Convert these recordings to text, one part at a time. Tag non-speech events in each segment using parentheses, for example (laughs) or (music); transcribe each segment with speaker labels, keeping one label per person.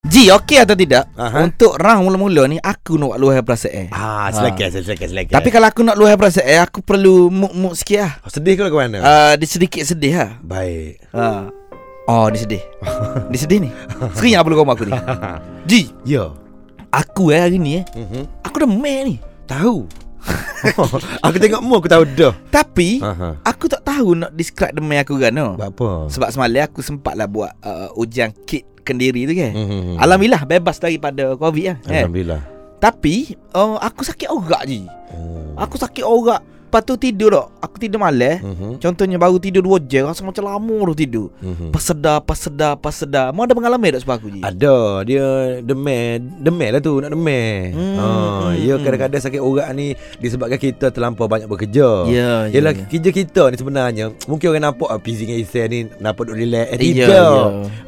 Speaker 1: Ji, okey atau tidak?
Speaker 2: Aha.
Speaker 1: Untuk round mula-mula ni aku nak buat luar perasaan.
Speaker 2: Ah, silakan, ha. silakan, silakan.
Speaker 1: Tapi kalau aku nak luar perasaan, aku perlu muk-muk sikit lah.
Speaker 2: Oh, sedih ke ke mana?
Speaker 1: Uh, dia sedikit sedih lah.
Speaker 2: Baik.
Speaker 1: Uh. Oh, dia sedih. dia sedih
Speaker 2: (laughs)
Speaker 1: ni. Sering aku bergaul dengan aku ni. Ji,
Speaker 2: Ya.
Speaker 1: aku eh hari ni eh.
Speaker 2: Mhm.
Speaker 1: Aku dah meh ni.
Speaker 2: Tahu. (laughs) aku tengok mu aku tahu dah.
Speaker 1: Tapi
Speaker 2: Aha.
Speaker 1: aku tak tahu nak describe demai aku kan. No.
Speaker 2: Buat apa?
Speaker 1: Sebab semalam aku sempatlah buat uh, ujian kit kendiri tu kan.
Speaker 2: Mhm.
Speaker 1: Alhamdulillah bebas daripada Covid lah. Kan?
Speaker 2: Alhamdulillah.
Speaker 1: Tapi uh, aku sakit orak je.
Speaker 2: Oh.
Speaker 1: Aku sakit orak. Lepas tu tidur tak? Aku tidur malam.
Speaker 2: Mhm.
Speaker 1: Contohnya baru tidur 2 jam rasa macam lama tu tidur.
Speaker 2: Mhm.
Speaker 1: Pas sedar, pas sedar, pas sedar. Mau ada pengalaman tak sebab aku je?
Speaker 2: Ada Dia demel Demel lah tu Nak demel
Speaker 1: Hmm,
Speaker 2: hmm, ha, Ya
Speaker 1: hmm,
Speaker 2: kadang-kadang sakit orang ni Disebabkan kita terlampau banyak bekerja
Speaker 1: Ya, ya,
Speaker 2: Yelah
Speaker 1: ya.
Speaker 2: kerja kita ni sebenarnya Mungkin orang nampak ah, Busy dengan Isel ni Nampak duduk relax Eh
Speaker 1: Ya,
Speaker 2: tidak
Speaker 1: ya.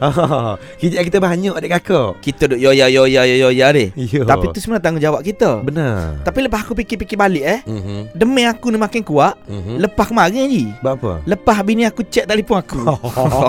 Speaker 2: ha, ha, ha. (laughs) Kerja kita banyak adik kakak
Speaker 1: Kita duk yo ya yo ya yo ya ni.
Speaker 2: Ya.
Speaker 1: Tapi tu sebenarnya tanggungjawab kita.
Speaker 2: Benar
Speaker 1: Tapi lepas aku fikir-fikir balik eh.
Speaker 2: Mhm.
Speaker 1: Demi aku ni makin kuat.
Speaker 2: Mhm.
Speaker 1: Lepas kemarin je.
Speaker 2: Buat (laughs) apa?
Speaker 1: Lepas bini aku cek telefon aku.
Speaker 2: Oh.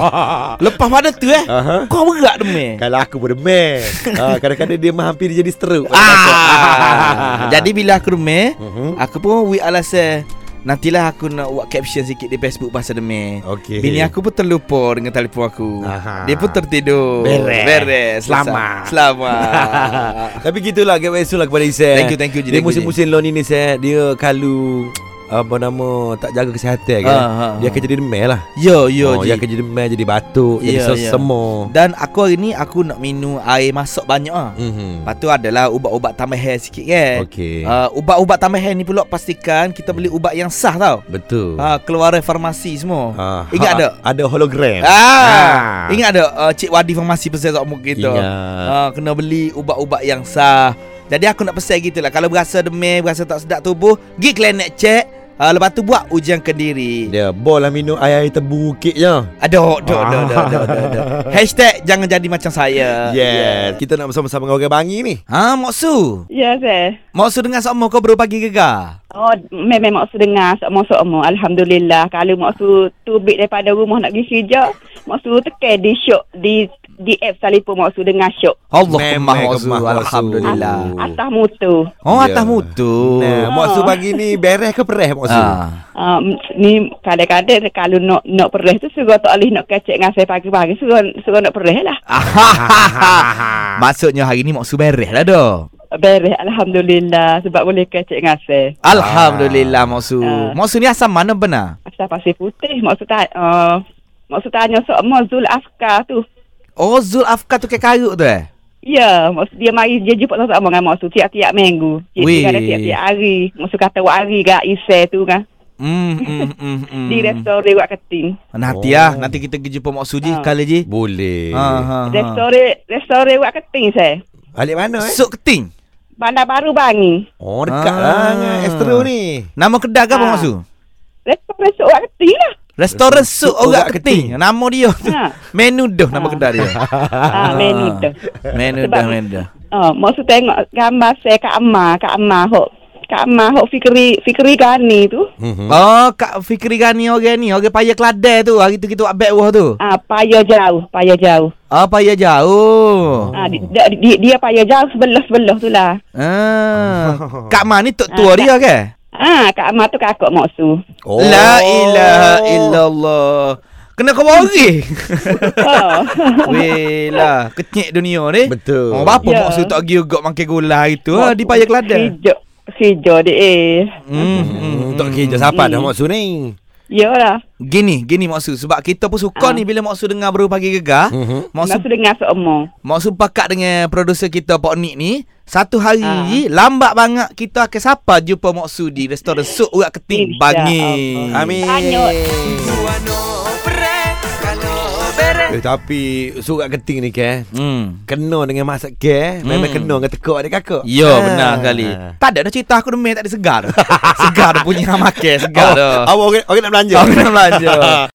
Speaker 1: Lepas pada tu eh.
Speaker 2: Aha.
Speaker 1: Kau berat demi.
Speaker 2: Kalau aku pun demel
Speaker 1: (laughs)
Speaker 2: ha, Kadang-kadang dia hampir jadi stroke (laughs)
Speaker 1: Ah. Jadi Mm-hmm. bila aku demi,
Speaker 2: Mhm.
Speaker 1: aku pun we alasan nantilah aku nak buat caption sikit di Facebook pasal demi.
Speaker 2: Okey.
Speaker 1: Bini aku pun terlupa dengan telefon aku.
Speaker 2: Aha.
Speaker 1: Dia pun tertidur.
Speaker 2: Beres.
Speaker 1: Beres.
Speaker 2: Selamat. (laughs)
Speaker 1: Selamat. Eh,
Speaker 2: Tapi gitulah Gateway Sul lah kepada Isel
Speaker 1: Thank you, thank you, Ji,
Speaker 2: Dia
Speaker 1: thank you,
Speaker 2: musim-musim lon ini Isel Dia kalau Apa nama Tak jaga kesihatan kan
Speaker 1: Ah, ah,
Speaker 2: Dia
Speaker 1: ah.
Speaker 2: akan jadi demel lah
Speaker 1: Yo yo
Speaker 2: oh,
Speaker 1: Ji.
Speaker 2: Dia akan jadi demel Jadi batuk Jadi
Speaker 1: Ya, ya.
Speaker 2: sesemo
Speaker 1: Dan aku hari ni aku nak minum air masak banyak ah.
Speaker 2: Mhm.
Speaker 1: Lepas tu adalah ubat-ubat tambah hair sikit kan.
Speaker 2: Okey.
Speaker 1: Uh, ubat-ubat tambah hair ni pula pastikan kita beli ubat yang sah tau.
Speaker 2: Betul
Speaker 1: Ha uh, keluaran farmasi semua.
Speaker 2: Ah,
Speaker 1: Ingat
Speaker 2: ha-
Speaker 1: ada?
Speaker 2: Ada hologram
Speaker 1: Ah,
Speaker 2: Ah.
Speaker 1: ingat ada uh, Cik Wadi farmasi pesan sok muka kita.
Speaker 2: Ingat.
Speaker 1: Ah, kena beli ubat-ubat yang sah. Jadi aku nak pesan gitu lah Kalau berasa demam Berasa tak sedap tubuh Pergi klinik cek uh, Lepas tu buat ujian kendiri
Speaker 2: Dia Ah. bol lah minum air-air tebu bukit je
Speaker 1: Aduh, aduh, aduh, aduh, aduh, aduh,
Speaker 2: (laughs)
Speaker 1: aduh. Hashtag jangan jadi macam saya
Speaker 2: Yes Kita nak bersama-sama dengan orang bangi ni
Speaker 1: Ha, Moksu
Speaker 3: Ya, saya.
Speaker 1: Moksu dengar sama kau baru pagi gegar
Speaker 3: Oh, memang maksud dengar sok masuk mu. Alhamdulillah. Kalau maksud tubik daripada rumah nak pergi kerja, maksud tekan di syok di di app telefon maksud dengar syok.
Speaker 1: Allah
Speaker 2: Memang
Speaker 1: kemah Moksu
Speaker 2: kemah, Moksu.
Speaker 1: Alhamdulillah
Speaker 2: Oh.
Speaker 3: Atas, atas mutu.
Speaker 1: Oh,
Speaker 2: Ya.
Speaker 1: atas mutu
Speaker 2: Nah,
Speaker 3: Ah.
Speaker 2: Mak Su pagi ni beres ke perih Mak Su?
Speaker 1: Ah. (laughs)
Speaker 3: Um, ni kadang-kadang kalau nak nak perih tu suruh tak boleh nak kecek dengan saya pagi-pagi suruh suruh nak perih lah.
Speaker 1: Maksudnya hari ni Moksu beres lah dah
Speaker 3: Beres alhamdulillah sebab boleh kecek dengan saya.
Speaker 1: Alhamdulillah Moksu
Speaker 3: Ah.
Speaker 1: Moksu ni asam mana benar?
Speaker 3: Asal pasir putih maksud tak uh, maksud tanya sok mu Zul Afkar tu.
Speaker 1: Oh, Zul Afkar tu kayak karut tu eh?
Speaker 3: Ya, maksud dia mari dia jumpa sama-sama dengan Mak Su tiap-tiap minggu. Dia
Speaker 1: Weh.
Speaker 3: ada tiap-tiap hari. Mak Su kata wak hari gak isai tu kan.
Speaker 1: Hmm, hmm, hmm, hmm.
Speaker 3: Hmm. Di restoran wak ketin.
Speaker 1: Nanti
Speaker 2: Oh.
Speaker 1: lah, nanti kita pergi jumpa Moksu Ji,
Speaker 3: Ah.
Speaker 1: kali Ji
Speaker 2: Boleh
Speaker 1: Ha, ha, ha.
Speaker 3: Restoran restoran wak ketin saya.
Speaker 2: Balik mana eh?
Speaker 1: Sok keting
Speaker 3: Bandar baru bangi.
Speaker 2: Oh dekat
Speaker 1: Ah.
Speaker 2: lah dengan Astro ni
Speaker 1: Nama kedai ke apa
Speaker 3: Ah.
Speaker 1: Moksu?
Speaker 3: Restoran sok wak ketin lah.
Speaker 1: Restoran Suk Orak Keting. Nama dia tu. (laughs)
Speaker 3: Ha.
Speaker 1: Menu dah nama
Speaker 3: Ha.
Speaker 1: kedai dia.
Speaker 3: (laughs) ah, menu tu.
Speaker 1: Menu
Speaker 3: Sebab-
Speaker 1: dah, menu dah.
Speaker 3: Oh, Mak Su tengok gambar saya Kak Amar, Kak Amar hok. Kak Amar hok Fikri Fikri Gani tu.
Speaker 1: Oh, Kak Fikri Gani orang ni, orang payah Keladai tu. Hari tu kita buat backwah tu.
Speaker 3: Ah, payah jauh, payah jauh.
Speaker 1: Ah, payah jauh.
Speaker 3: Ah, di, dia, dia, dia payah jauh sebelah-sebelah tu lah.
Speaker 1: (laughs) Ah.
Speaker 2: Oh.
Speaker 1: Kak Ma ni tok tua
Speaker 3: Ah,
Speaker 1: dia ke?
Speaker 3: Ah, Kak Amar tu kakak Mak
Speaker 1: (laughs)
Speaker 3: Su.
Speaker 2: Oh.
Speaker 1: La ilaha illallah. Kena kau
Speaker 2: (laughs)
Speaker 1: bagi.
Speaker 3: Oh.
Speaker 1: Weh lah, kecil dunia ni.
Speaker 2: Betul.
Speaker 1: Oh, apa
Speaker 3: Ya.
Speaker 1: yeah. maksud tak giugak makan gula hari tu? Ha, di payah Keladai.
Speaker 3: Hijau Hijau dia eh
Speaker 1: Hmm. hmm.
Speaker 2: Hmm, tak kira siapa dah Mak Su ni
Speaker 3: Yalah
Speaker 1: Gini, gini Moksu Sebab kita pun suka
Speaker 3: Ah.
Speaker 1: ni Bila Moksu dengar baru pagi gegar
Speaker 2: Mhm.
Speaker 3: Masa
Speaker 1: Moksu
Speaker 3: dengar seumur
Speaker 1: Moksu pakat dengan produser kita Pak Nik ni Satu hari
Speaker 3: Ah.
Speaker 1: je Lambat banget Kita akan sapa jumpa Moksu Di restoran Suk Urat Keting
Speaker 3: Insya
Speaker 1: Bangi
Speaker 3: Allah.
Speaker 2: Amin
Speaker 3: Banyak.
Speaker 2: eh, Tapi surat keting ni ke
Speaker 1: Hmm
Speaker 2: Kena dengan masak ke Memang
Speaker 1: Hmm.
Speaker 2: kena dengan tekuk adik kakak
Speaker 1: Ya
Speaker 2: Ah.
Speaker 1: benar kali Tak ada dah cerita aku demam Tak ada segar dah. Segar dah bunyi nak makan Segar
Speaker 2: Awak
Speaker 1: dah
Speaker 2: oh. (laughs) awak orang, orang nak belanja
Speaker 1: Aku nak belanja